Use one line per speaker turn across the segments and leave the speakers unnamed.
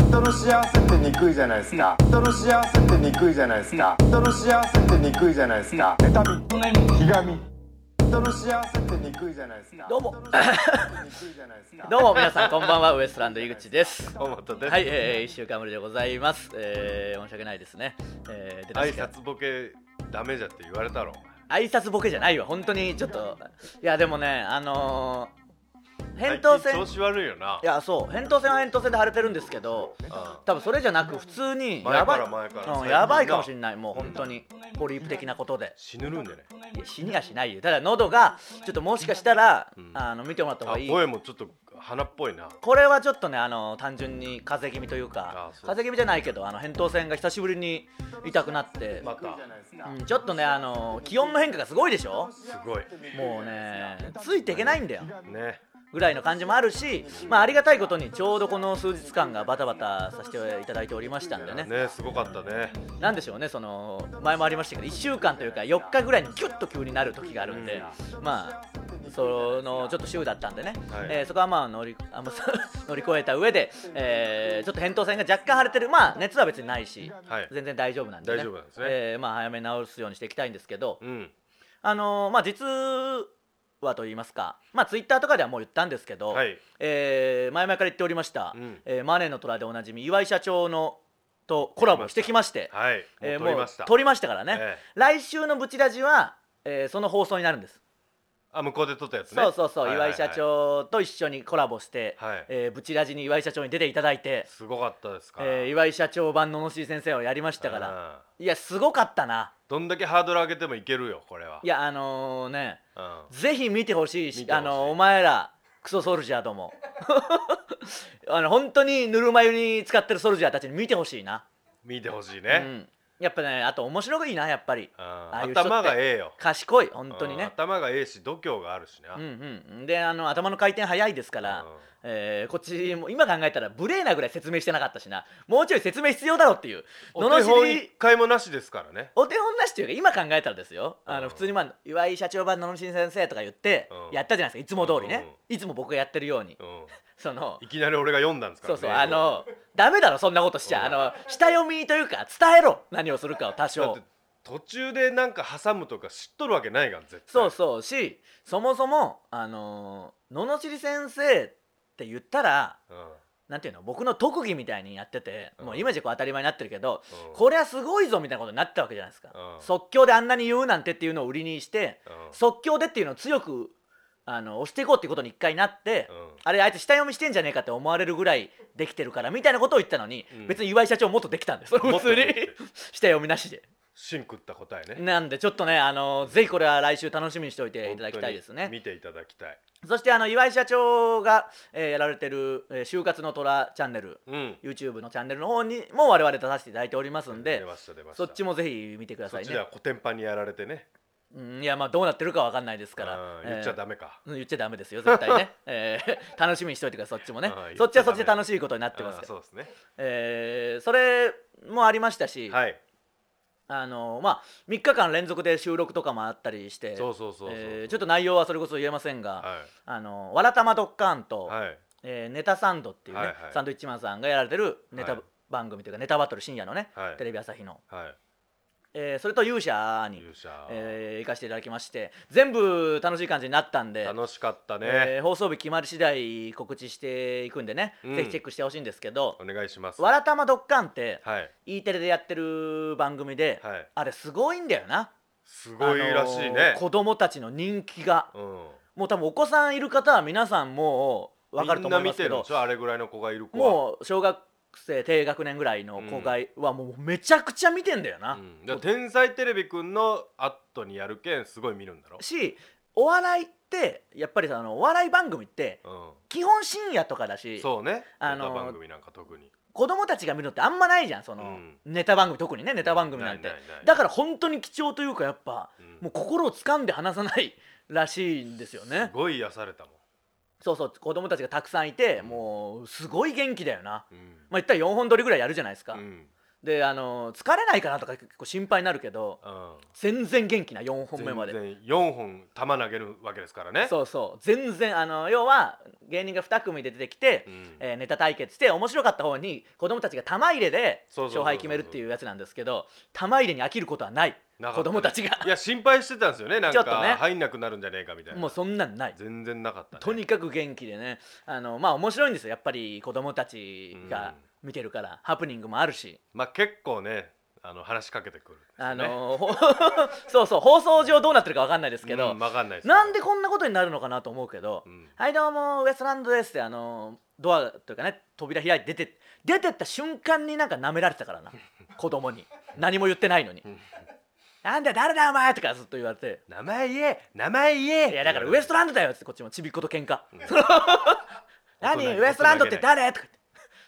人の幸せってにくいじゃないですか人の幸せってにくいじゃないですか人の幸せってにくいじゃないですか妬みひがみ人の幸せってにくいじゃないですか
どうも
人の幸せってにくいじゃないですか
どうも皆さんこんばんはウエストランド井口です
おまたです、
はい、えー、1週間ぶりでございます、えー、申し訳ないですね、えー、出だ
挨
しが
拶ボケダメじゃって言われたろ
挨拶ボケじゃないわ本当にちょっといやでもねあのー、扁桃腺
最近調子悪いよない
やそう扁桃腺は扁桃腺で腫れてるんですけど
あ
多分それじゃなく普通に
前
やば
か
い
ら前から
うん、やばいかもしれないもう本当にポリープ的なことで
死ぬるんでね
いや死にはしないよただ喉がちょっともしかしたら、
ん
あの見てもらった方
あ
がいい
声もちょっと鼻っぽいな
これはちょっとねあの単純に風邪気味というか
あそう
風邪気味じゃないけどあの扁桃腺が久しぶりに痛くなって、
また
うん、ちょっとねあの気温の変化がすごいでしょ
すごい
もうねついていけないんだよ
ね
ぐらいの感じもあるし、まあ、ありがたいことにちょうどこの数日間がバタバタさせていただいておりましたんでね
ねすごかったね
なんでしょうねその前もありましたけど1週間というか4日ぐらいにギュッと急になる時があるんで、まあそのちょっと週だったんでね、
はい
えーそこはまあ乗りあまあ 乗り越えた上で、えーちょっと扁桃腺が若干腫れてるまあ熱は別にないし
はい
全然大丈夫なんで、ね、
大丈夫なんですね
えーまあ、早めに治すようにしていきたいんですけど、
うん
あのーまあ実はと言いますかまあツイッターとかではもう言ったんですけど、
はい
えー前々から言っておりました、
うん
えーマネーの虎でおなじみ岩井社長のとコラボしてきまして、
はい
えー
もう撮りました、
もう撮りましたからね、
え
来週のブチラジは、えーその放送になるんです、
あ向こうで撮ったやつね
そうそうそう、
はいはいはい
岩井社長と一緒にコラボして、
はい
えーブチラジに岩井社長に出ていただいて、
すごかったですから、
えー岩井社長版ののしい先生をやりましたから
うん
いやすごかったな
どんだけハードル上げてもいけるよこれはい
やあのーね
うん
ぜひ見てほしいし
見てほし
あ
い
のーお前らクソソルジャーども あの本当にぬるま湯に使ってるソルジャーたちに見てほしいな、
見てほしいうね、
ん、やっぱねあと面白がいいなやっぱり
うん
ああいう人って
頭がええよ
賢い本当に
うん
ね
頭がええし度胸があるしな、
うんうん、であの頭の回転早いですから、
うん
えーこっちも今考えたら無礼なぐらい説明してなかったしなもうちょい説明必要だろっていう
お手
罵
本
り
一回もなしですからね
お手本なしというか今考えたらですよあ
うん
の普通に、まあ、岩井社長版ののしん先生とか言って
うん
やったじゃないですかいつも通りねいつも僕がやってるように
うん
その
いきなり俺が読んだんですか
そ
ら、
う
ね、
そうあのダメだろそんなことしちゃ
うん
あの下読みというか伝えろ何をするかを多
だっ
少
て途中でなんか挟むとか知っとるわけないがん絶対
そうそうしそもそもあの罵り先生って言ったら
うん、
なんていうの僕の特技みたいにやってて、
うん
もう今じゃこう当たり前になってるけど、
うん
これはすごいぞみたいなことになったわけじゃないですか、
うん
即興であんなに言うなんてっていうのを売りにして、
うん
即興でっていうのを強くあの押していこうっていうことに一回なって、
うん
あれあいつ下読みしてんじゃねえかって思われるぐらいできてるからみたいなことを言ったのに、
うん
別に岩井社長もっとできたんです
も
普
っと
通に
できてる
下読みなしで。
芯食った答えね
なんでちょっとねあのぜひこれは来週楽しみにしておいていただきたいです
本当
ね
に見ていただきたい
そしてあの岩井社長が、えーやられてる「えー就活の虎チャンネル」
うん
YouTube のチャンネルの方にも我々出させていただいておりますん
出
で
ました出ました
そっちもぜひ見てくだ
そ
さ
っ
い
ちで
ね
はコテンパンにやられてね
うんいやまあどうなってるかわかんないですから
うん言っちゃダ
メ
メか、
言っちゃダメですよ絶対ね、 えー楽しみにしておいてくださいそっちもね
うん
そっちはそっちで楽しいことになってます
あ
か
ー
ら
そうですね
えーそれもありましたし、
はい
あのまあ3日間連続で収録とかもあったりして
そうそうそうそう
えーちょっと内容はそれこそ言えませんが、
は
あのわらたまドッカーンと、
いはい
えーネタサンドっていうね、
はいはい
サンドイッチマンさんがやられてるネタ
はい
番組というか、ネタバトル深夜のね、
はい
テレビ朝日の、
はい
えーそれと勇者に
勇者、
えー行かせていただきまして全部楽しい感じになったんで、
楽しかったね、
えー放送日決まり次第告知していくんでね、
うん
ぜひチェックしてほしいんですけど
お願いし
「
ます
わらたまドッカン」って、
はい、
E テレでやってる番組で、
はい、
あれすごいんだよな
すごいらしい
あの
ね
ー、子供たちの人気が
うん
もう多分お子さんいる方は皆さんもう分かると思いますけ
みんな
ど
見てるんでしょあれぐらいの子がいる子は
もう小学生低学年ぐらいの子がはもうめちゃくちゃ見てんだよな、
うん、だから天才テレビくんの後にやるけんすごい見るんだろ、
しお笑いってやっぱりさあのお笑い番組って
う
基本深夜とかだ
ん、
し
そうね
あのー
歌番組なんか特に
子供たちが見るのってあんまないじゃんその、
うん
ネタ番組特にねネタ番組なんて
ないないない
だから本当に貴重というかやっぱ、
うん
もう心を掴んで離さない らしいんですよ
す
ね
ごい癒されたも
そうそう子供たちがたくさんいてもうすごい元気だよな、
ん、うん
まあ言ったら4本撮りぐらいやるじゃないですか、
うん
であの疲れないかなとか結構心配になるけど全然元気な4本目まで
全然4本球投げるわけですからね
そうそう全然あの要は芸人が2組で出てきて、
うん
えーネタ対決して面白かった方に子供たちが玉入れで
そうそうそうそ
勝
う
敗決めるっていうやつなんですけど玉入れに飽きることはない
なかった
子供たちが
いや心配してたんですよねなん
ちょ
か
っとね
入んなくなるんじゃねえかみたいな
もうそんなんない
全然なかったね
とにかく元気でねあのまあ面白いんですよやっぱり子供たちが見てるから、ハプニングもあるし
まあ結構ねあの話しかけてくるんですよ
あ
ね
の、 ほそうそう放送上どうなってるか分かんないですけど、
うんわかんないです
なんでこんなことになるのかなと思うけど「
うん
はいどうもウエストランドです」ってあのドアというかね扉開いて出て出てった瞬間になんか舐められてたから な子供に何も言ってないのに
ん
「なんだ誰だお前」とかずっと言われて
名前言え名前言え
いやだからウエストランドだよっつってこっちもちびっこと喧 嘩何
大人げ
ウ
ない
エストランドって誰とか言って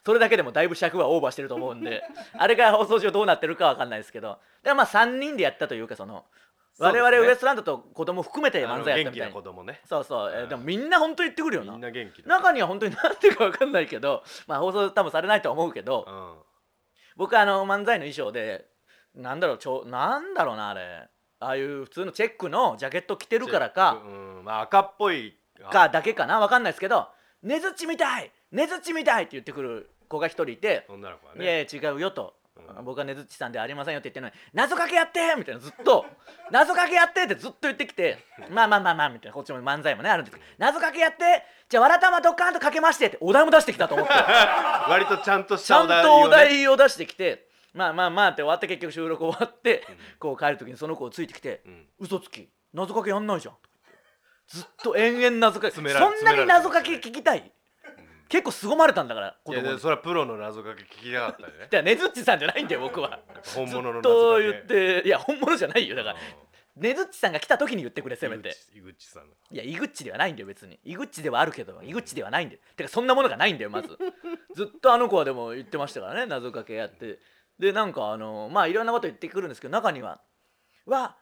それだけでもだいぶ尺はオーバーしてると思うん であれが放送上どうなってるかわかんないですけどでまあ3人でやったというかその
そう
我
ですね
々ウエストランドと子供含めて漫才や
あの
った
元
みた
気
い
な
に
子供ね
そうそう、え
う
ー
ん
でもみんな本当言ってくるよ
み
なん
な元気だ
中には本当に何ていうかわかんないけど まあ放送多分されないとは思うけど
うん
僕あの漫才の衣装でなんだろうちょなんだろうなあれああいう普通のチェックのジャケット着てるからか、
うんまあ赤っぽい
かだけかな分かんないですけど「ねづちみたいねづちみたい!」って言ってくる子が一人いて
女の子は
「いや
ね
いや違うよ」と
う
「
ん
僕はねづちさんではありませんよ」って言ってるのに「謎かけやって!」みたいなずっ と「謎かけやって!」ってずっと言ってきて「まあまあまあまあ」みたいなこっちも漫才もねあるんですけど「謎かけやってじゃあわらたまドッカーンとかけまして」ってお題も出してきたと思って
割とちゃんとし
ちゃん
たお題
と
を
お
ね
題を出してきて「まあまあまあ」って終わって結局収録終わってこう帰る時にその子をついてきて
うん
嘘つき謎かけやんないじゃんずっと延々謎かけそん
詰められ
なに謎かけ聞きたい結構凄まれたんだから子
いや
供
いや
に
それはプロの謎かけ聞きたかったよね
だからねずっちさんじゃないんだよ僕は
本物の
ずっと
謎かけ
言っていや本物じゃないよだから
う
ねずっちさんが来た時に言ってくれせ
ん
めて
井口井口さんの
いや井口ではないんだよ別に井口ではあるけど井口ではないんだよてかそんなものがないんだよまず ずっとあの子はでも言ってましたからね謎かけやってでなんかあのまあいろんなこと言ってくるんですけど中には「わ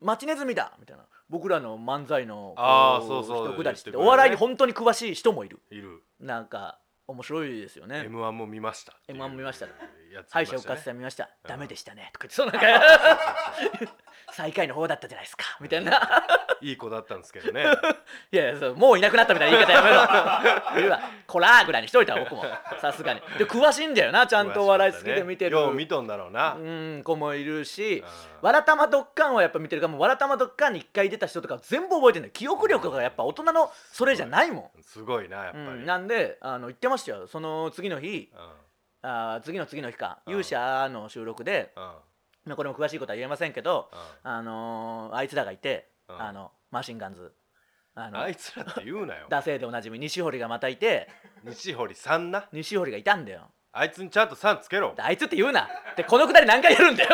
町ネズミだ!」みたいな僕らの漫才のこ
あーそうそう
一くだりし
言っててくれるね
お笑いに本当に詳しい人もいる
いる
なんか面白いですよね
M1 も見ました
M1 も見ました
やつ
敗
見
者復
ました
活
ね
戦見ました、
うん
ダメでしたねとか言ってそのなんか 最下位の方だったじゃないですかみたいな
いい子だったんですけどね
いやいやそうもういなくなったみたいな言い方 やめろいいわこらーぐらいにしといた僕もさすがにで詳しいんだよ なちゃんとお笑い好きで見てる、
よう見とんだろうな
うん子もいるし
うん
「わらたまドッカン」はやっぱ見てるからもう「わらたまドッカン」に1回出た人とか全部覚えてるんだよ記憶力がやっぱ大人のそれじゃないも
すごいなやっ
ん、
ぱり
うん、なんであの言ってましたよその次の日あー次の次の日か
うん
勇者の収録で、
うんうん
まあ、これも詳しいことは言えませんけど、
うん
あのーあいつらがいて、
うん
あのマシンガンズあの
あいつらって言うなよ
ダセーでおなじみ西堀がまたいて
西堀さんな
西堀がいたんだよ
あいつにちゃんとさんつけろ
であいつって言うなでこのくだり何回やるんだよ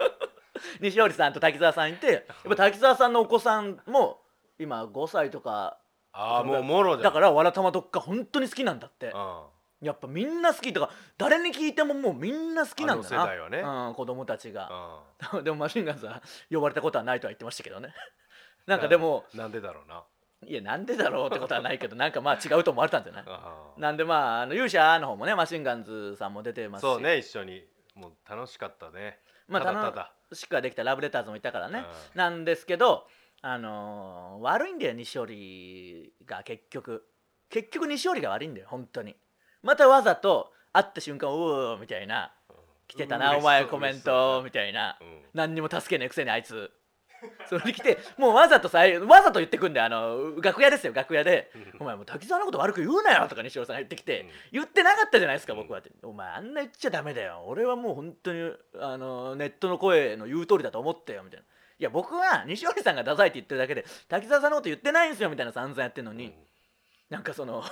西堀さんと滝沢さんいてやっぱ滝沢さんのお子さんも今5歳とか
ああもうもろじゃん
だから「わらたまどっか」本当に好きなんだって
うん
やっぱみんな好きとか誰に聞いてももうみんな好きなんだな
あの世代はね
うん、子供たちが
う ん
でもマシンガンズは呼ばれたことはないとは言ってましたけどねなんかでも
なんでだろうない
やなんでだろうってことはないけどなんかまあ違うと思われたんじゃない
あー
なんでまああの勇者の方もねマシンガンズさんも出てますし
そうね一緒にもう楽しかったね
まあ
ただただ
楽しくはできたラブレターズもいたからね、
うん
なんですけどあのー悪いんだよ西織が結局結局西織が悪いんだよ本当にまたわざと会った瞬間「おお」みたいな「来てたな
うん
お前
嬉しそ
コ
う
メン
嬉しそ
ト」
う
みたいな
うん
何にも助けねえくせにあいつそれで来てもうわざとさわざと言ってくんだよあの楽屋ですよ楽屋で「お前もう滝沢のこと悪く言うなよ」とか西尾さんが言ってきて、
うん
言ってなかったじゃないですか僕はって「お前あんな言っちゃダメだよ俺はもう本当にあのネットの声の言う通りだと思ったよ」みたいな。いや僕は西織さんがダサいって言ってるだけで滝沢さんのこと言ってないんですよみたいな散々やってるのに、なんかその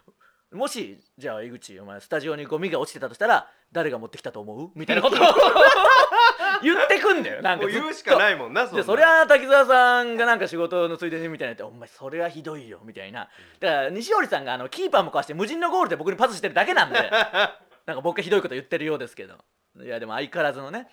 もしじゃあ井口お前スタジオにゴミが落ちてたとしたら誰が持ってきたと思うみたいなことを 言ってくんだよなん
も
か
う
ずっと
言うしかないもんなそん
で
な
そりゃ滝沢さんがなんか仕事のついでにみたいなって「お前それはひどいよ」みたいなだから西堀さんがあのキーパーもかわして無人のゴールで僕にパスしてるだけなん でなんか僕がひどいこと言ってるようですけどいやでも相変わらずのね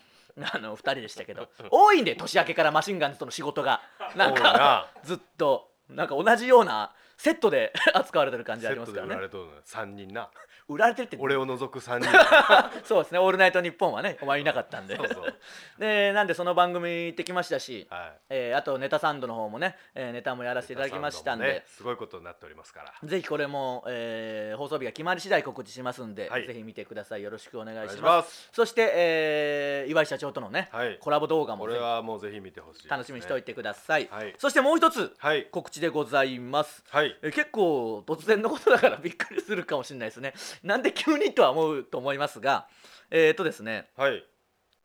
あの2人でしたけど多いんで年明けからマシンガンズとの仕事がなん
多いな
かずっとなんか同じようなセットで 扱われてる感じ
セ
あり
ッ
ま
ト
す
で
からね
売られとるのよ3 人な
売られてるって
俺を除く3人
そうですね「オールナイトニッポン」はねお前いなかったんで
そうそう
でなんでその番組行ってきましたし、
はい
えーあとネタサンドの方もね、えーネタもやらせていただきましたんで、
ねすごいことになっておりますから
ぜひこれも、えー放送日が決まり次第告知しますんで、
はい
ぜひ見てくださいよろしくお願い
お
しま
願い
す
します
そして、えー岩井社長とのね、
はい
コラボ動画も
こ
ぜ
れ
ひ
はもうぜひ見てほしいですね
楽しみにしておいてください、
はい
そしてもう一つ
はい
告知でございます
はい
え結構突然のことだからび っくりするかもしれないですねなんで急にとは思うと思いますがえっ、とですね、
はい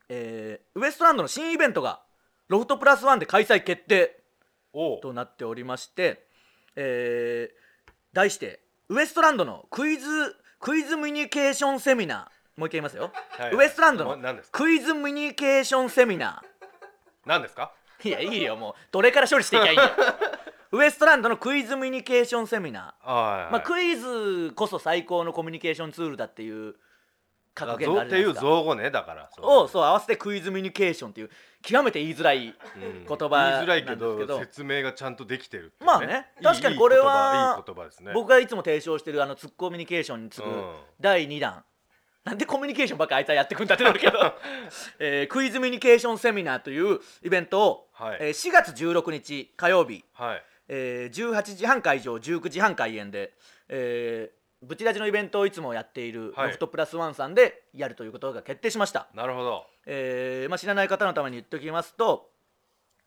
えーウエストランドの新イベントがロフトプラスワンで開催決定
おう
となっておりまして、えー題してウエストランドのクイズクイズミニケーションセミナーもう一回言いますよ、
はい
ウエストランドの
な何ですか
クイズミニケーションセミナ
何ですか
ーいやいいよもうどれから処理していきゃいいん だよウエストランドのクイズミニケーションセミナ
あ
ー、まあ、クイズこそ最高のコミュニケーションツールだっていう格言があ
っ
るじ
て
ゃないいです
う
か
造語ねだからそ
をそう合わせてクイズミニケーションっていう極めて言いづらい
うん
言葉
言いづらいけ
なんですけど
ど説明がちゃんとできてるっていう
まあね確かにこれはい
い言葉いい言葉ですね
僕がいつも提唱してるあのツッコミュニケーションに次ぐ
うん
第2弾、なんでコミュニケーションばっかあいつはやってくんだってなる けど、えークイズミュニケーションセミナーというイベントを、
はい
えー4月16日火曜日、
はい
えー18時半会場19時半開演で、えーブチラジのイベントをいつもやっている
はい
ロフトプラスワンさんでやるということが決定しました、
なるほど
えーまあ、知らない方のために言っておきますと、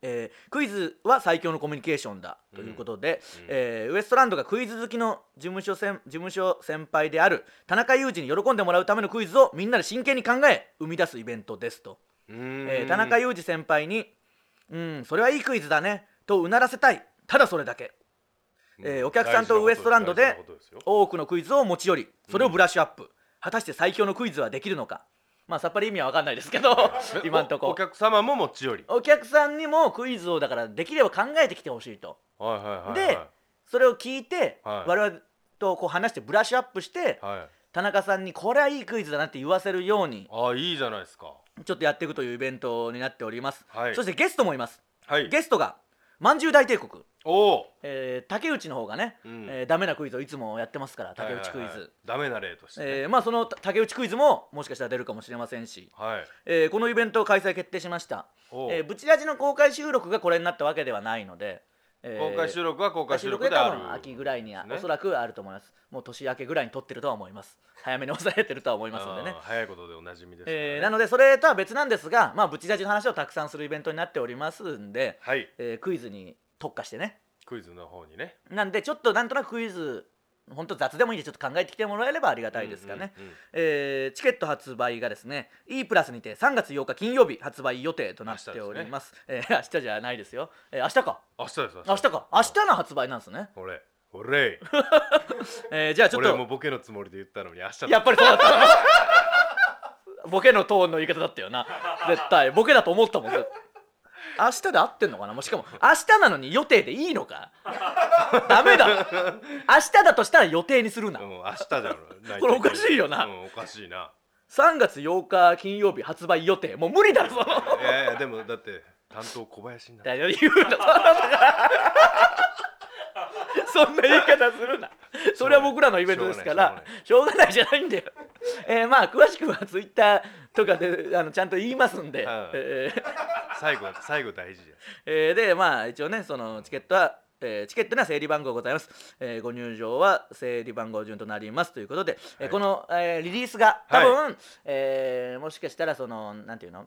えークイズは最強のコミュニケーションだということで、
うん
えーウエストランドがクイズ好きの事務所先事務所先輩である田中裕二に喜んでもらうためのクイズをみんなで真剣に考え生み出すイベントですと、
うーん
えー田中裕二先輩に「うんそれはいいクイズだね」とうならせたいただそれだけえーお客さんとウエストランドで
大事なことすよ
多くのクイズを持ち寄りそれをブラッシュアップ、果たして最強のクイズはできるのかまあさっぱり意味は分かんないですけど 今んと
お
こ
お客様も持ち寄り
お客さんにもクイズをだからできれば考えてきてほしいと
はいはいはい
でそれを聞いて、
はい
我々とこう話してブラッシュアップして、
はいはい
田中さんにこれはいいクイズだなって言わせるように
ああいいじゃないですか
ちょっとやっていくというイベントになっております、
はい
そしてゲストもいます
はい
ゲストがまんじゅう大帝国、
おお
えー竹内の方がね、
うん
えーダメなクイズをいつもやってますから竹内クイズ、
はいはいはいダメな例としてね
えーまあその竹内クイズももしかしたら出るかもしれませんし、
はい
えーこのイベントを開催決定しました
おう
えーブチラジの公開収録がこれになったわけではないので、えー
公開収録は公
公開
開
収
収
録
録
で
であ
多
る
分秋ぐらいには
ね
おそらくあると思いますもう年明けぐらいに撮ってるとは思います早めに抑えてるとは思いますのでね
あー早いことでおなじみですからね
えーなのでそれとは別なんですがまあブチラジの話をたくさんするイベントになっておりますんで、
はい
えークイズに特化してね
クイズの方にね
なんでちょっとなんとなくクイズ本当雑でもいいんでちょっと考えてきてもらえればありがたいですかね、
うんうんうん
えーチケット発売がですね E プラスにて3月8日金曜日発売予定となっておりますえー明日じゃないですよ、えー明日か
明日です
明日か明日の発売なんですね、
俺俺
えーじゃあちょっ
俺も
と
ボケのつもりで言ったのに明日だ
やっぱりそうだった ボケのトーンの言い方だったよな絶対ボケだと思ったもん絶対明日で合ってんのかなもうしかも明日なのに予定でいいのかダメだろ明日だとしたら予定にするな
うん、明日だろ
これおかしいよな
うん、おかしいな
3月8日金曜日発売予定もう無理だろその
いやいやでもだって担当小林になる
だよ言うなそんな言い方するなそれは僕らのイベントですからしょうがないじゃないんだよえーまあ詳しくはツイッターとかであのちゃんと言いますんで、
はい
えー
最後最後大事じ
えーでまあ一応ねそのチケットは、えーチケットには整理番号ございます、えーご入場は整理番号順となりますということで、えー
はい
この、えーリリースが多分、えーもしかしたらそのなんていうの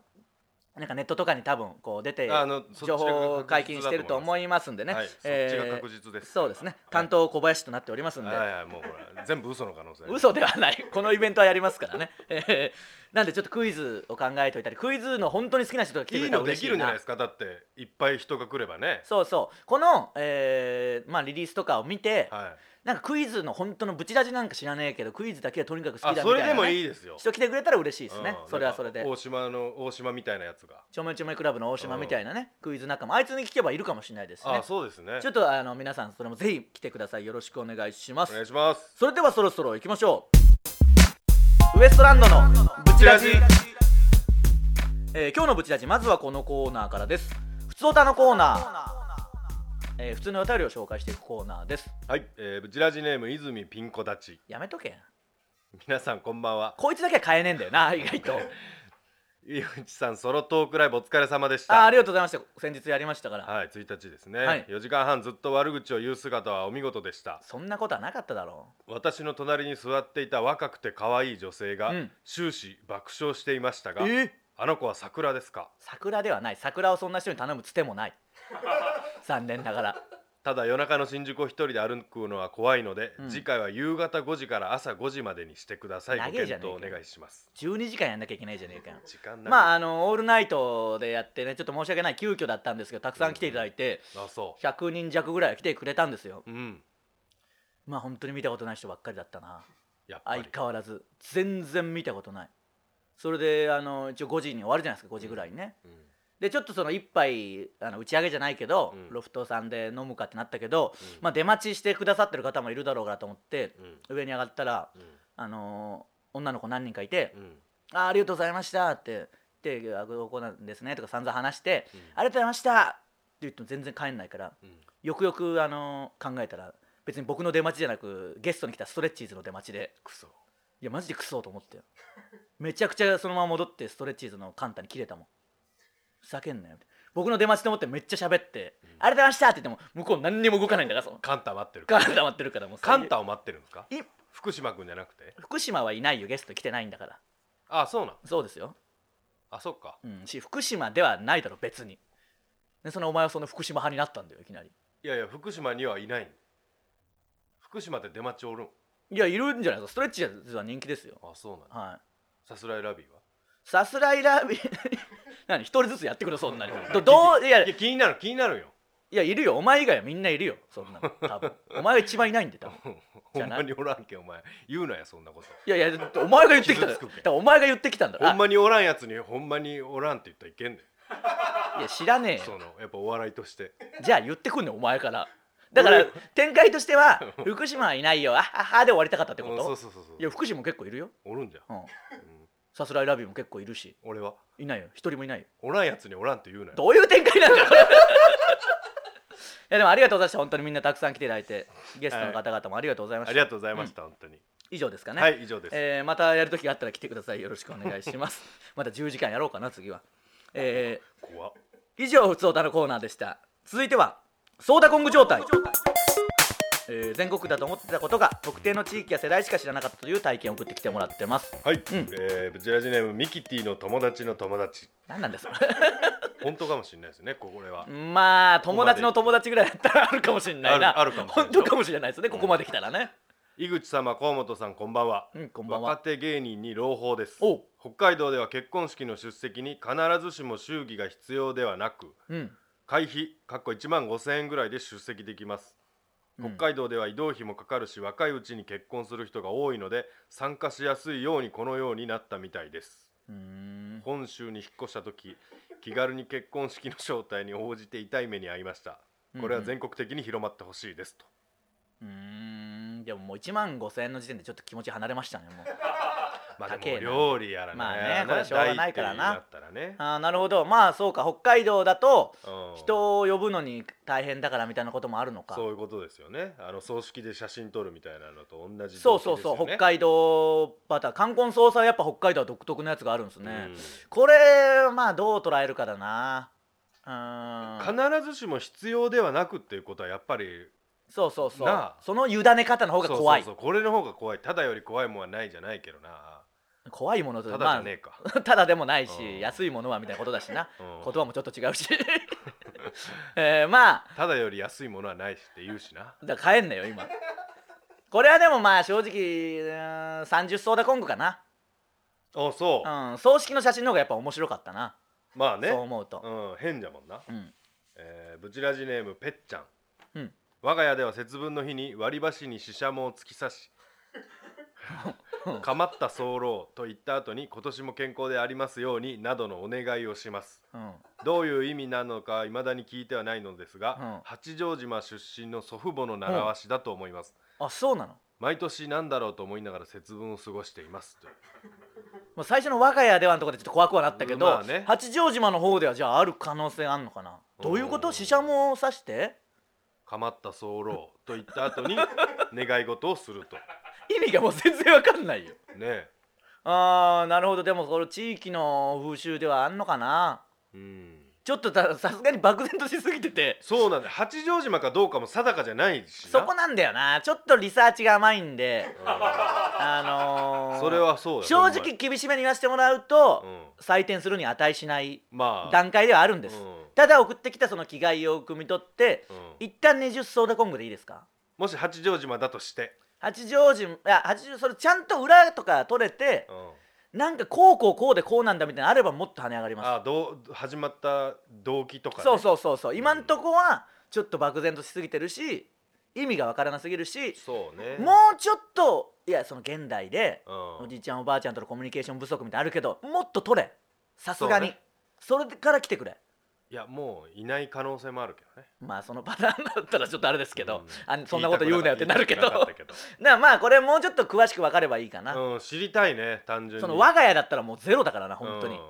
なんかネットとかに多分こう出て
ゃんあのそっちが
情報解禁してると思
い
いますんでね、
はい
え
そっ
ー
ちが確実です
そうですね
い
担当小林となっておりますんで、
はいはいもうこれ全部嘘の可能性
嘘ではない このイベントはやりますからね、えーなんでちょっとクイズを考えておいたりクイズの本当に好きな人が来てく
い
れ
い
たら
の
嬉
で
しいな
きるんじゃないですかだっていっぱい人が来ればね
そうそうこの、えーまあ、リリースとかを見て、
はい
なんかクイズの本当のブチラジなんか知らねえけどクイズだけはとにかく好
あ
きだみ
そ
たい
れ
な、ね、
でもいいですよ
人来てくれたら嬉しいですね
うん
それはそれで
なんか大島の大島みたいなやつが
ちょめちょめクラブの大島みたいなねクイズ仲間あいつに聞けばいるかもしれないですしね
あそうですね
ちょっとあの皆さんそれもぜひ来てくださいよろしくお願いしま
お
す
願いします
それではそろそろ行きましょうウエストランドのブチラジ
ブチラ
えー今日のブチラジまずはこのコーナーからです普通歌のコーナーえー普通のお便りを紹介していくコーナーです
はい、えー、ジラジネーム泉ピンコダチ
やめとけ
皆さんこんばんは
こいつだけは変えねえんだよな意外 と
井口さんソロトークライブお疲れ様でし
あー
た
ありがとうございました先日やりましたから
はい1日ですね、
はい
4時間半ずっと悪口を言う姿はお見事でした
そんなことはなかっただろ
私の隣に座っていた若くて可愛い女性が、
うん
終始爆笑していました
う
があの子は桜ですか
桜ではない桜をそんな人に頼むつてもない 残念ながら
ただ夜中の新宿を一人で歩くのは怖いので、
うん
次回は夕方5時から朝5時までにしてくださいご
長い
検
じゃねえ
討
か
お願いします
12時間やんなきゃいけないじゃねえかよ
時間ない
まああのオールナイトでやってねちょっと申し訳ない急遽だったんですけどたくさん来ていただいて
あそ
100人弱ぐらいは来てくれたんですよ
ううん
まあ本当に見たことない人ばっかりだったな
やっぱり
相変わらず全然見たことないそれであの一応5時に終わるじゃないですか5時ぐらいにね、
うん
でちょっとその一杯あの打ち上げじゃないけど、
うん
ロフトさんで飲むかってなったけど、
うん
まあ、出待ちしてくださってる方もいるだろうからと思って
う、ん
上に上がったら、
うん
あのー女の子何人かいて
うん
「あーありがとうございました」って「であここなんですね」とか散々話して
うん
「ありがとうございました」って言っても全然帰んないから
うん
よくよく、あのー考えたら別に僕の出待ちじゃなくゲストに来たストレッチーズの出待ちで
クソ
いやマジでクソと思ってめちゃくちゃそのまま戻ってストレッチーズのカンタに切れたもんふざけんなよ僕の出待ちと思ってめっちゃ喋って「ありがとうございました」って言っても向こう何にも動かないんだからその
カンタ待ってる
カンタ待ってるからもう
カンタを待ってるんですか
い
福島君じゃなくて
福島はいないよゲスト来てないんだから
あそうなん
そうですよ
あそっか
うん、し福島ではないだろ別にでそのお前はその福島派になったんだよいきなり
いやいや福島にはいない福島って出待ちおるん
いやいるんじゃないですかストレッチーズは人気ですよ
あそうなんだ
はい
さすらいラビーは
さすらいラビ 何一人ずつやってくれそんなにどどういや
い
い
や気になる気になるよ
やいるよお前以外はみんないるよそんなの多分お前が一番いないんで多分
ほ
じゃ
ん
あな
まにおらんけんお前言うなやそんなこと
いやいやお前が言ってきたんだよ
傷つくけん
だからお前が言ってきたんだろ
ほんまにおらんやつにほんまにおらんって言ったらいけんね
あいや知らねえ
そ
よ
のやっぱお笑いとして
じゃあ言ってくんねんお前からだから展開としては福島はいないよあははで終わりたかったってこ
うんそう
と
そうそうそう
いや福島も結構いるよ
おるんじゃん、
うん
うん
さすらいラビも結構いるし
俺はい
ないよ一人もいないよ
おらんやつにおらんって言うなよ
どういう展開なんだよこれ いやでもありがとうございました本当にみんなたくさん来ていただいてゲストの方々もありがとうございま
あ
し
り
た、
がとうございました、本当に
以上ですかね、
はい以上です、
えーまたやる時があったら来てくださいよろしくお願いします また10時間やろうかな次は、え
怖っ
ー以上ふつおたのコーナーでした続いてはソーダコング状態えー全国だと思ってたことが特定の地域や世代しか知らなかったという体験を送ってきてもらってます
はい、
ん
えージャージネームミキティの友達の友達
何なんですか
本当かもしれないですねこれは、
まあ友達の友達ぐらいだったらあるかもしれないな
あるあるかもしれな
本
い
当かもしれないですねここまで来たらね、
井口様河本さんこんばんは、
うん、こんばんは。
若手芸人に朗報です
おう
北海道では結婚式の出席に必ずしも祝儀が必要ではなく
うん。
会費かっこ1万5000円ぐらいで出席できます
う
北
ん
海道では移動費もかかるし若いうちに結婚する人が多いので参加しやすいようにこのようになったみたいです
うーん。
本州に引っ越した時気軽に結婚式の招待に応じて痛い目に遭いましたこれは全国的に広まってほしいですと、
うーん。でももう1万5000円の時点でちょっと気持ち離れましたね。もう
まあ
高え
で
な
も料理やら
まあねこれはしょうがないからな
第一ってなったらね、
あーなるほど。まあそうか。北海道だと
うん
人を呼ぶのに大変だからみたいなこともあるのか。
そういうことですよねあの葬式で写真撮るみたいなのと同じ
そうそうそう、北海道バター冠婚葬祭やっぱ北海道は独特のやつがあるんですね、これまあどう捉えるかだなうーん
ね、必ずしも必要ではなくっていうことはやっぱり
そうそうそ
な
う
あ
その委ね方の方が怖い
そうそうそうこれの方が怖いただより怖いもんはないじゃないけどな
怖いものと
ただじ
ま
ゃ
あ
ねえか、
ただでもないし、
うん
安いものはみたいなことだしな
うん
言葉もちょっと違うし、 えーま
ただより安いものはないしって言うしな
あだから帰んなよ今これはでもまあ正直うーん30ソーダコングかな、
あそう、
うん、葬式の写真の方がやっぱ面白かったな、
まあね
そう思うと、
うん、変じゃもんな、
うん
えーブチラジネームぺっちゃん、
うん
我が家では節分の日に割り箸にししゃもを突き刺しかまった候と言った後に今年も健康でありますようになどのお願いをします
うん
どういう意味なのか未だに聞いてはないのですが、
うん
八丈島出身の祖父母の習わしだと思います、
あそうなの
毎年なんだろうと思いながら節分を過ごしていますという
もう最初の我が家ではのとこでちょっと怖くはなったけど、
まあね
八丈島の方ではじゃあある可能性あんのかな、どういうこ
う
と
ん
死者も刺して
かまった候と言った後に願い事をすると
意味がもう全然わかんないよ
ねえ
あーなるほどでもこの地域の風習ではあんのかな
うん
ちょっとたさすがに漠然としすぎてて
そうなんだ八丈島かどうかも定かじゃないしな
そこなんだよなちょっとリサーチが甘いんであの
う
ー、
んそれはそうだ
正直厳しめに言わせてもらうと
ほんまに
採点するに値しない
うんまあ
段階ではあるんです、
うん
ただ送ってきたその気概を汲み取って
うん
一旦20ソーダコングでいいですか
もし八丈島だとして、
八丈島いや八丈それちゃんと裏とか取れて
う、ん
なんかこうこうこうでこうなんだみたいなのあればもっと跳ね上がります
あどう始まった動機とかね、
そうそうそうそう今んとこはちょっと漠然としすぎてるし意味がわからなすぎるし
そうね
もうちょっといやその現代で
う
お
ん、
じいちゃんおばあちゃんとのコミュニケーション不足みたいなのあるけどもっと取れさすがに
そうね
そ,、れから来てくれ
いやもういない可能性もあるけどね
まあそのパターンだったらちょっとあれですけど、
うん
あそんなこと言うなよってなるけど
言いたくなかった け
だからまあこれもうちょっと詳しく分かればいいかな、
どうん、知りたいね単純に
その我が家だったらもうゼロだからな本当に、
うん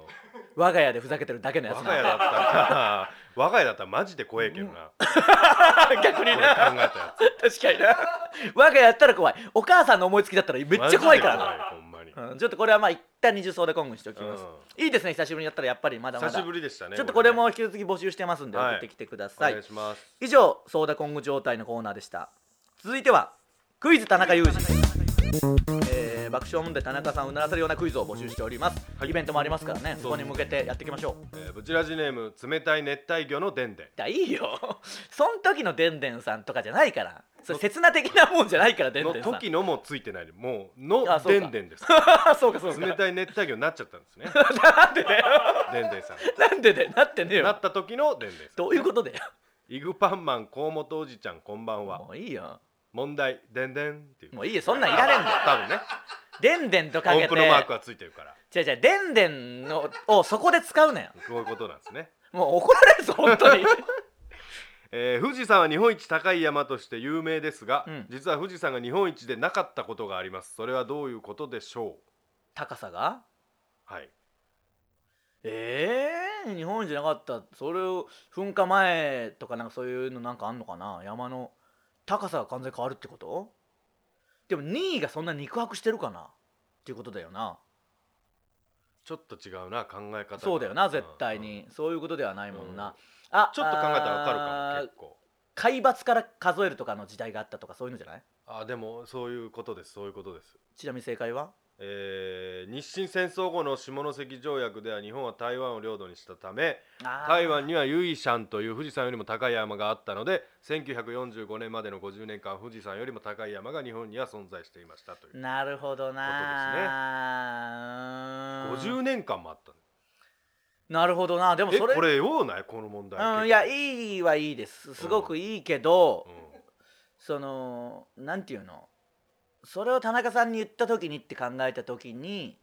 我が家でふざけてるだけのやつ
我
な
が家だったら我が家だったらマジで怖えけどな、
逆に
俺考
な
えたやつ
確かにな我が家だったら怖いお母さんの思いつきだったらめっちゃ怖いからな
マジで怖いほんまに、
うんちょっとこれはまあ一旦二重層で今後しておきます、
う
いいですね久しぶりにやったらやっぱりまだま
ん、
だ
久しぶりでしたね
ちょっとこれ
ね
も引き続き募集してますんで
は
送
い
ってきてくだ
お
さい、
願いします
以上ソーダコング状態のコーナーでした続いてはクイズ田中裕二えー爆笑問題田中さんをうならせるようなクイズを募集しております、
はい
イベントもありますからね
す
そこに向けてやっていきましょう
えーブチラジネーム冷たい熱帯魚のでんでん
だいいよそん時のでんでんさんとかじゃないからそれ刹那的なもんじゃないからでん
の
でんさん
時のもついてないもうの
あそう
で
か
んでんです
そうかそうか
冷たい熱帯魚になっちゃったんですね
なんでだよ
でんでんさん
なんでだよなってねえ
な
よ
った時のでんでんさん
どういうことだよ
イグパンマン河本おじちゃんこんばんは
もういいよ
問題でんでんっていう
もういいよそんなんいられんだよ
多分ね
でんでんとか
音
けて
符のマークはついてるから
違う違うでんでんのをそこで使うなよ
こういうことなんですね
もう怒られるぞ本当 に
えー富士山は日本一高い山として有名ですが、
うん
実は富士山が日本一でなかったことがありますそれはどういうことでしょ
高さが
うはい
ええー、日本じゃなかったそれを噴火前とかなんかそういうのなんかあんのかな山の高さが完全に変わるってことでも2位がそんな肉薄してるかなっていうことだよな
ちょっと違うな考え方が
そうだよな絶対
うんうん
に、そういうことではないもんな、
うん
あ
ちょっと考えたらわかる
あ
かも
ー
結構
海抜から数えるとかの時代があったとかそういうのじゃない
あでもそういうことですそういうことです
ちなみに正解は
えー日清戦争後の下関条約では日本は台湾を領土にしたため
あー
台湾にはユイシャンという富士山よりも高い山があったので1945年までの50年間富士山よりも高い山が日本には存在していましたという、
なるほどなうーん
50年間もあったの
なるほどなでも
え
それ
これようないこの問題、
うん、いやいいはいいですすごくいいけど、そのなんていうのそれを田中さんに言った時にって考えた時に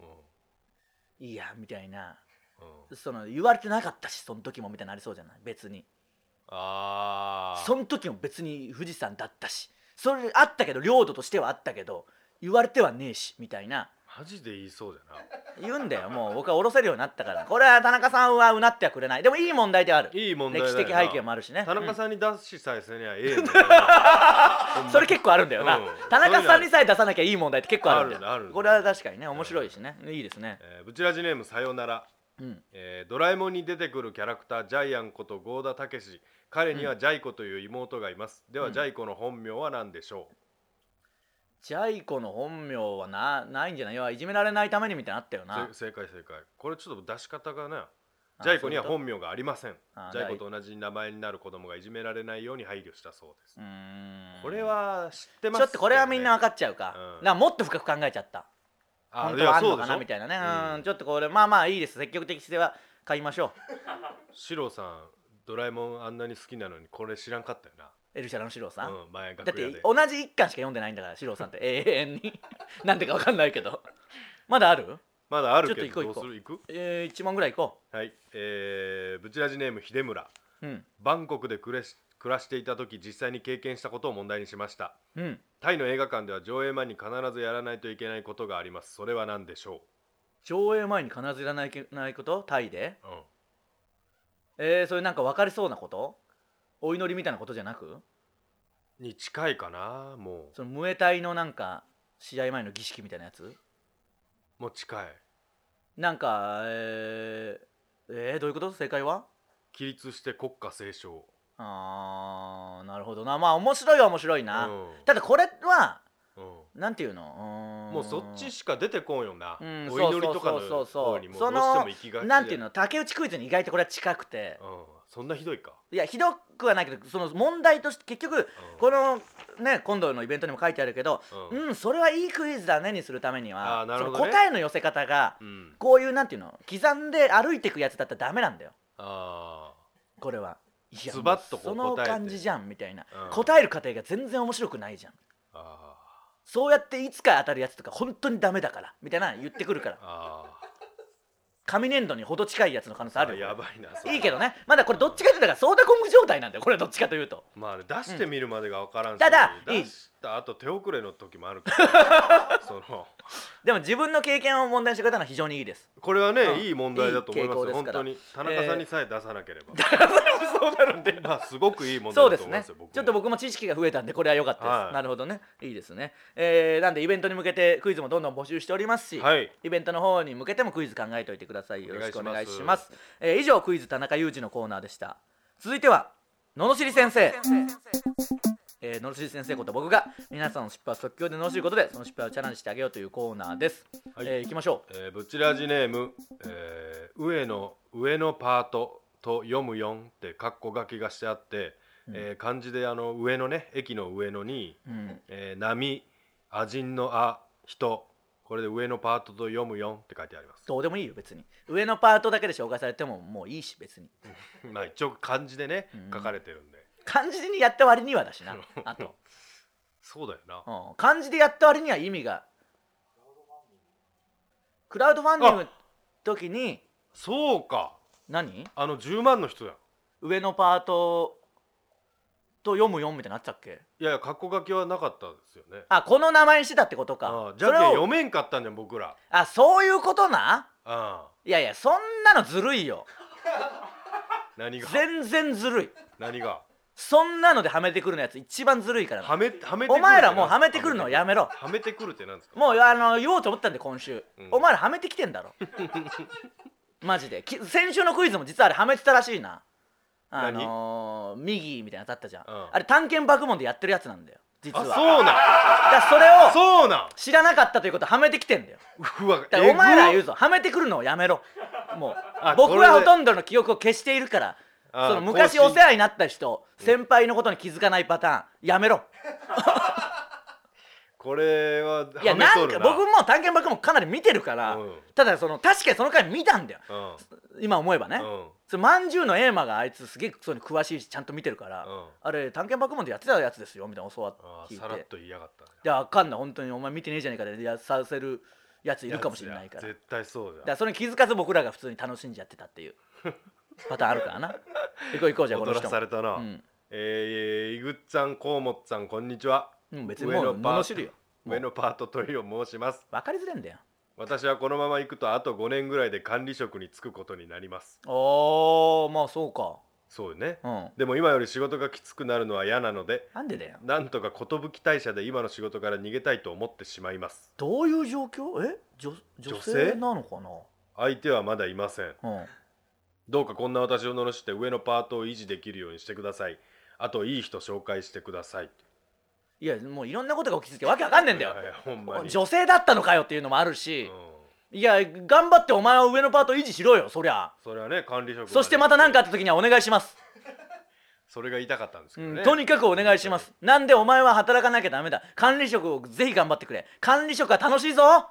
うんうん
いやみたいな
うん
その言われてなかったしその時もみたいになりそうじゃない別に
あー
その時も別に富士山だったしそれあったけど領土としてはあったけど言われてはねえしみたいな
マジで言いそうじゃな
言うんだよもう僕は下ろせるようになったからこれは田中さんはうなってはくれないでもいい問題ではある
いい問題
歴
だ
史
よ
的背景もあるしね
田中
ん、
さんに出しさえせに ゃええのよほんまに
それ結構あるんだよな、
うん
田中さんにさえ出さなきゃいい問題って結構あるんだよ
あるある
これは確かにね面白いしね、いいですね
えーブチラジネームさよなら
うん
えードラえもんに出てくるキャラクタージャイアンこと郷田武史彼にはジャイ子という妹がいます、で
う
は
ん
ジャイ子の本名は何でしょ
ジャイ子の本名はなないんじゃない要はいじめられないためにみたいなのあったよ
う、
な
せ正解正解これちょっと出し方がな
あ
ジャイ子には
そういう
本名がありません
あ
ジャイ子と同じ名前になる子供がいじめられないように配慮したそうです、
うーん
これは知ってま
ち
す
ょっとこれはみんな分
か
かっちゃうか、
うん
なんかもっと深く考えちゃった本当はあんのかなみたいなねうん、ちょっとこれまあまあいいです積極的では買いましょ
シロさんドラえもんあんなに好きなのにこれ知らんかったよ
うエルシャラの四郎さ、
なんうん前
だっ
楽屋
て
で
同じ一巻しか読んでないんだから四郎さんって永遠に なんでか分かんないけどまだある
まだあるけ
ちょ
ど
っと行
ど
こ
う
う
する行く
えー、1問ぐらいいこ
はいえー、ブチラジネーム秀村
ううん
バンコクで暮れし暮らしていた時実際に経験したことを問題にしました
うん
タイの映画館では上映前に必ずやらないといけないことがありますそれは何でしょ
上映前に必ずいらないけないことタイで
う、うん、
えー、それなんか分かりそうなことお祈りみたいなことじゃなく
に近いかなも
そのムエタイのなんか試合前の儀式みたいなやつ
うもう近い
なんかえー、えーどういうこと正解は
起立して国家斉唱
あーなるほどなまあ面白いは面白いな、ただこれは
うんうん
なんていうのうーん
もうそっちしか出てこんよな、
うん
お祈りとかの
そうそうそうそう
方にもどうしても行きがちじゃ
なんていうの竹内クイズに意外とこれは近くて
うんそんなひどいか、
いやひどくはないけどその問題として結局
うん
このね今度のイベントにも書いてあるけど
う
うんん、それはいいクイズだねにするためには
あーなるほどね
その答えの寄せ方が
うん
こういうなんていうの刻んで歩いていくやつだったらダメなんだよ
あ
これは。いや
ズバッと
もう
こ
そ
う
の
答えて
感じじゃんみたいな、
うん
答える過程が全然面白くないじゃん
ーあ
そうやっていつか当たるやつとか本当にダメだからみたいなの言ってくる から
ーあ
紙粘土にほど近いやつの可能性
ー
あるよ
やばいなそれ
いいけどねまだこれどっちかというとだからソーダコング状態なんだよこれどっちかというと
まあね、出してみるまでが分からんし、
ただいい
出したあと手遅れの時もあるから、 その
でも自分の経験を問題にしてくれたのは非常にいいです
これはね、
うん
いい問題だと思います
いい傾向
よ
です
本
から
当に田中さんにさえ出さなければ、
そうなので
まあすごくいい問
そ
題
うです
だと思いま
ね
すよ僕も
ちょっと僕も知識が増えたんでこれは良かったです、
はい
なるほどねいいですね、えーなんでイベントに向けてクイズもどんどん募集しておりますし、
はい
イベントの方に向けてもクイズ考えておいてくださいよろしくお
お願
願い
いします
しますえー以上クイズ田中裕二のコーナーでした続いては罵り先生えー、罵り先生こと僕が皆さんの失敗を即興で罵ることでその失敗をチャレンジしてあげようというコーナーです、
はい
えー行きましょう
えー、ブチラジネーム、えー上の上のパートと読むよんってカッコ書きがしてあって、えー漢字であの上のね駅の上のに、
うん、
えー波アジンのあ人これで上のパートと読むよんって書いてあります
どうでもいいよ別に上のパートだけで紹介されてももういいし別に
まあ一応漢字でね
うん
書かれてるんで、
漢字にやった割にはだ しなあと
そうだよな、
うん漢字でやった割には意味がクラウドファンディングの時に
そうか
何
あの10万の人やん
上のパートと読むよみたいになってたっけ
いやいやカッコ書きはなかったですよね
あこの名前にしてたってこと
あ
か
あじゃあ
それを
読めんかったんじゃん僕ら
あそういうことな
ああ
いやいやそんなのずるいよ
何が
全然ずるい
何が
そんなのではめてくるのやつ一番ずるいからな
はめはめてくるって
お前らもうはめてくるのやめろ
はめてくるってなんですか
もうあの言おうと思ったんで今週、
うん
お前らはめてきてんだ ろマジでき先週のクイズも実はあれはめてたらしいなあのー、右みたいなのだったじゃん、
うん
あれ探検爆問でやってるやつなんだよ実
あ
は
そうな
だからそれ を
んそうなん
知らなかったということはめてきてんだよ
うわ
だからお前らは
えぐ
言うぞはめてくるのをやめろもう
あ
僕
これ
は
で
ほとんどの記憶を消しているから
あ
その昔
更
お
新
世話になった人先輩のことに気づかないパターンやめろ
これはい
や
はめ
な
と
ん
る
か僕も探検爆問かなり見てるから、
うん
ただその確かにその回見たんだよ
うん
今思えばね、
うん
それまんじゅうのエーマがあいつすげえそういうの詳しいしちゃんと見てるから、
うん
あれ探検爆問でやってたやつですよみたいな教わって
ああ
聞い
さらってと言いやがったね
であかんな本当にお前見てねえじゃねえかでやさせるやついるかもしれないから
やつや絶対そう
だか
だ
らそれに気づかず僕らが普通に楽しんじゃってたって いうパターンあるからな行こう行こうじゃあこの
踊
人
ら
も
されたな、
うん
えー、いぐっちゃんこうもっちゃんこんにちは
うん別にもう罵るよもう
上のパート取りを申します
分かりづれんだよ
私はこのまま行くとあと5年ぐらいで管理職に就くことになります
あーまあそうか
そうよね、
うん
でも今より仕事がきつくなるのは嫌なので
なんでだよ
なんとか寿退社で今の仕事から逃げたいと思ってしまいます
どういう状況え女女
女
性
性
なのか
相手はまだいません
なうん
どうかこんな私を罵って上のパートを維持できるようにしてくださいあといい人紹介してください
いやもういろんなことが起きつけてわけわかんねえんだよ
いやいやほんまに
女性だったのかよっていうのもあるし
う、ん
いや頑張ってお前は上のパート維持しろよそりゃ
それはね管理職
そしてまた何か
か
あった時にはお願いします、
それが言いたかったんですけ
う
どね、
ん、とにかくお願いしますなんでお前は働かなきゃダメだ管理職をぜひ頑張ってくれ管理職は楽しいぞ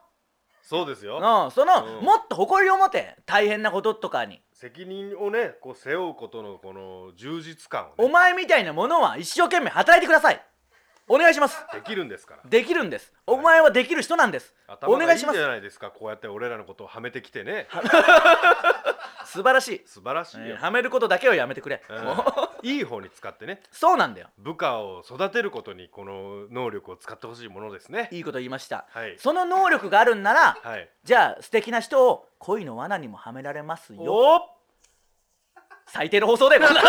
そうですよ
うんその、
うん
もっと誇りを持て大変なこととかに
責任をねこう背負うことのこの充実感
お
をね
前みたいなものは一生懸命働いてくださいお願いします
できるんですから
できるんですお前はできる人なんですお
頭が
願
いい
い
ん
し
じ
ま
ゃ
す
ないですかこうやって俺らのことをはめてきてね
素晴らしい、
素晴らしい
えー
よ、
はめることだけはやめてくれ、もう
うんいい方に使ってね
そうなんだよ
部下を育てることにこの能力を使ってほしいものですね
いいこと言いました、
はい
その能力があるんなら、
はい
じゃあ素敵な人を恋の罠にもはめられますよ
お
最低の放送だよこんなの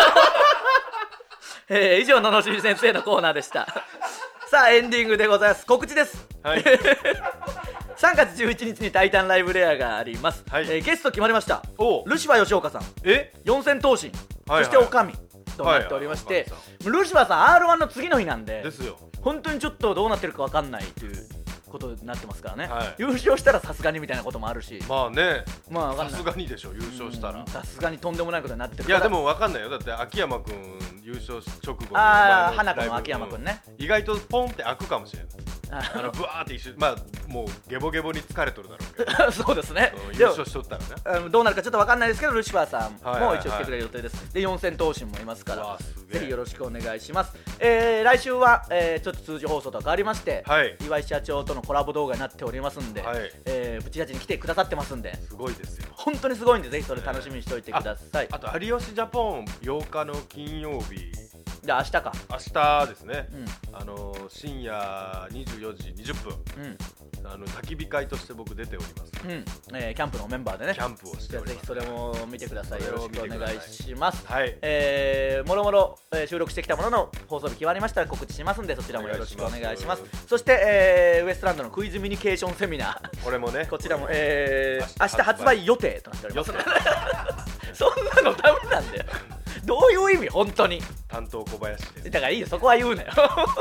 えー以上ののしり先生のコーナーでした さあエンディングでございます告知です
はい
3月11日に「タイタンライブレア」があります、
はい
えーゲスト決まりました
おう
ルシファー吉岡さん
え
四千頭身、
はいはい
そしておかみとなっておりまして、
はいはい
ルシファーさん r 1の次の日なんで
ですよ
本当にちょっとどうなってるか分かんないということになってますからね、
はい
優勝したらさすがにみたいなこともあるし
まあね
まあ分かん
さ
ない
すがにでしょ優勝したら
うんさすがにとんでもないことになってる
い
から
やでもわかんないよだって秋山君優勝直後に
ああ
お前ラ
花
イ
子
ブ
の秋山君ね
うん意外とポンって開くかもしれない
あ
あのブワーって一瞬まあもうゲボゲボに疲れとるだろ うけど
そうですね
うん優
でも
勝しとったらね
あのどうなるかちょっと分かんないですけどルシファーさん
はいはい
も
はい
一応来てくれる予定です、で四千頭身もいますか
う
ら
わすげえ
ぜひよろしくお願いします、えー来週は、えーちょっと通常放送とは変わりまして、
はい
岩井社長とのコラボ動画になっておりますんで、
はい
えープチダチに来てくださってますんです
ごいですよ
本当にすごいんでぜひそれ楽しみにしておいてください、
あと有吉ジャポン8日の金曜日
じゃあ明日か
明日ですね、
う
あのー深夜24時20分
んうん
あの焚き火会として僕出ております
うん、えーキャンプのメンバーでね
キャンプをし
じ
て
ゃ
お
あ
り
ぜ
ま
ひ
す
それも見てください
そ
よ
れ
ろ
を
し
見
く
て
お
ください
願いします
はい
えーもろもろ、えー収録してきたものの放送日決まりましたら告知しますんでそちらもよろしくお願いします
お願いしま
そして、えーウエストランドのクイズミニケーションセミナ
これもね
ーこちらも、えー、
明
明
日
日
発
発
売
売予定となっており
よ
ま
せ
すそんなのダメなんだよどういう意味本当に
担当小林です
だからいいよそこは言うなよ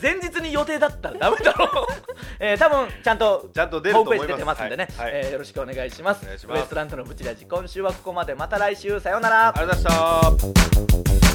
前日に予定だったらダメだろ えー、多分ちゃんと
ちゃんと出ると
ホー
思
ム
い
ペー
ます
ジ出てますんでね、
はいはい
えーよろしくお願いします
お願いします
ウエストランドのブチラジ今週はここまでまた来週さようなら
ありがとうございました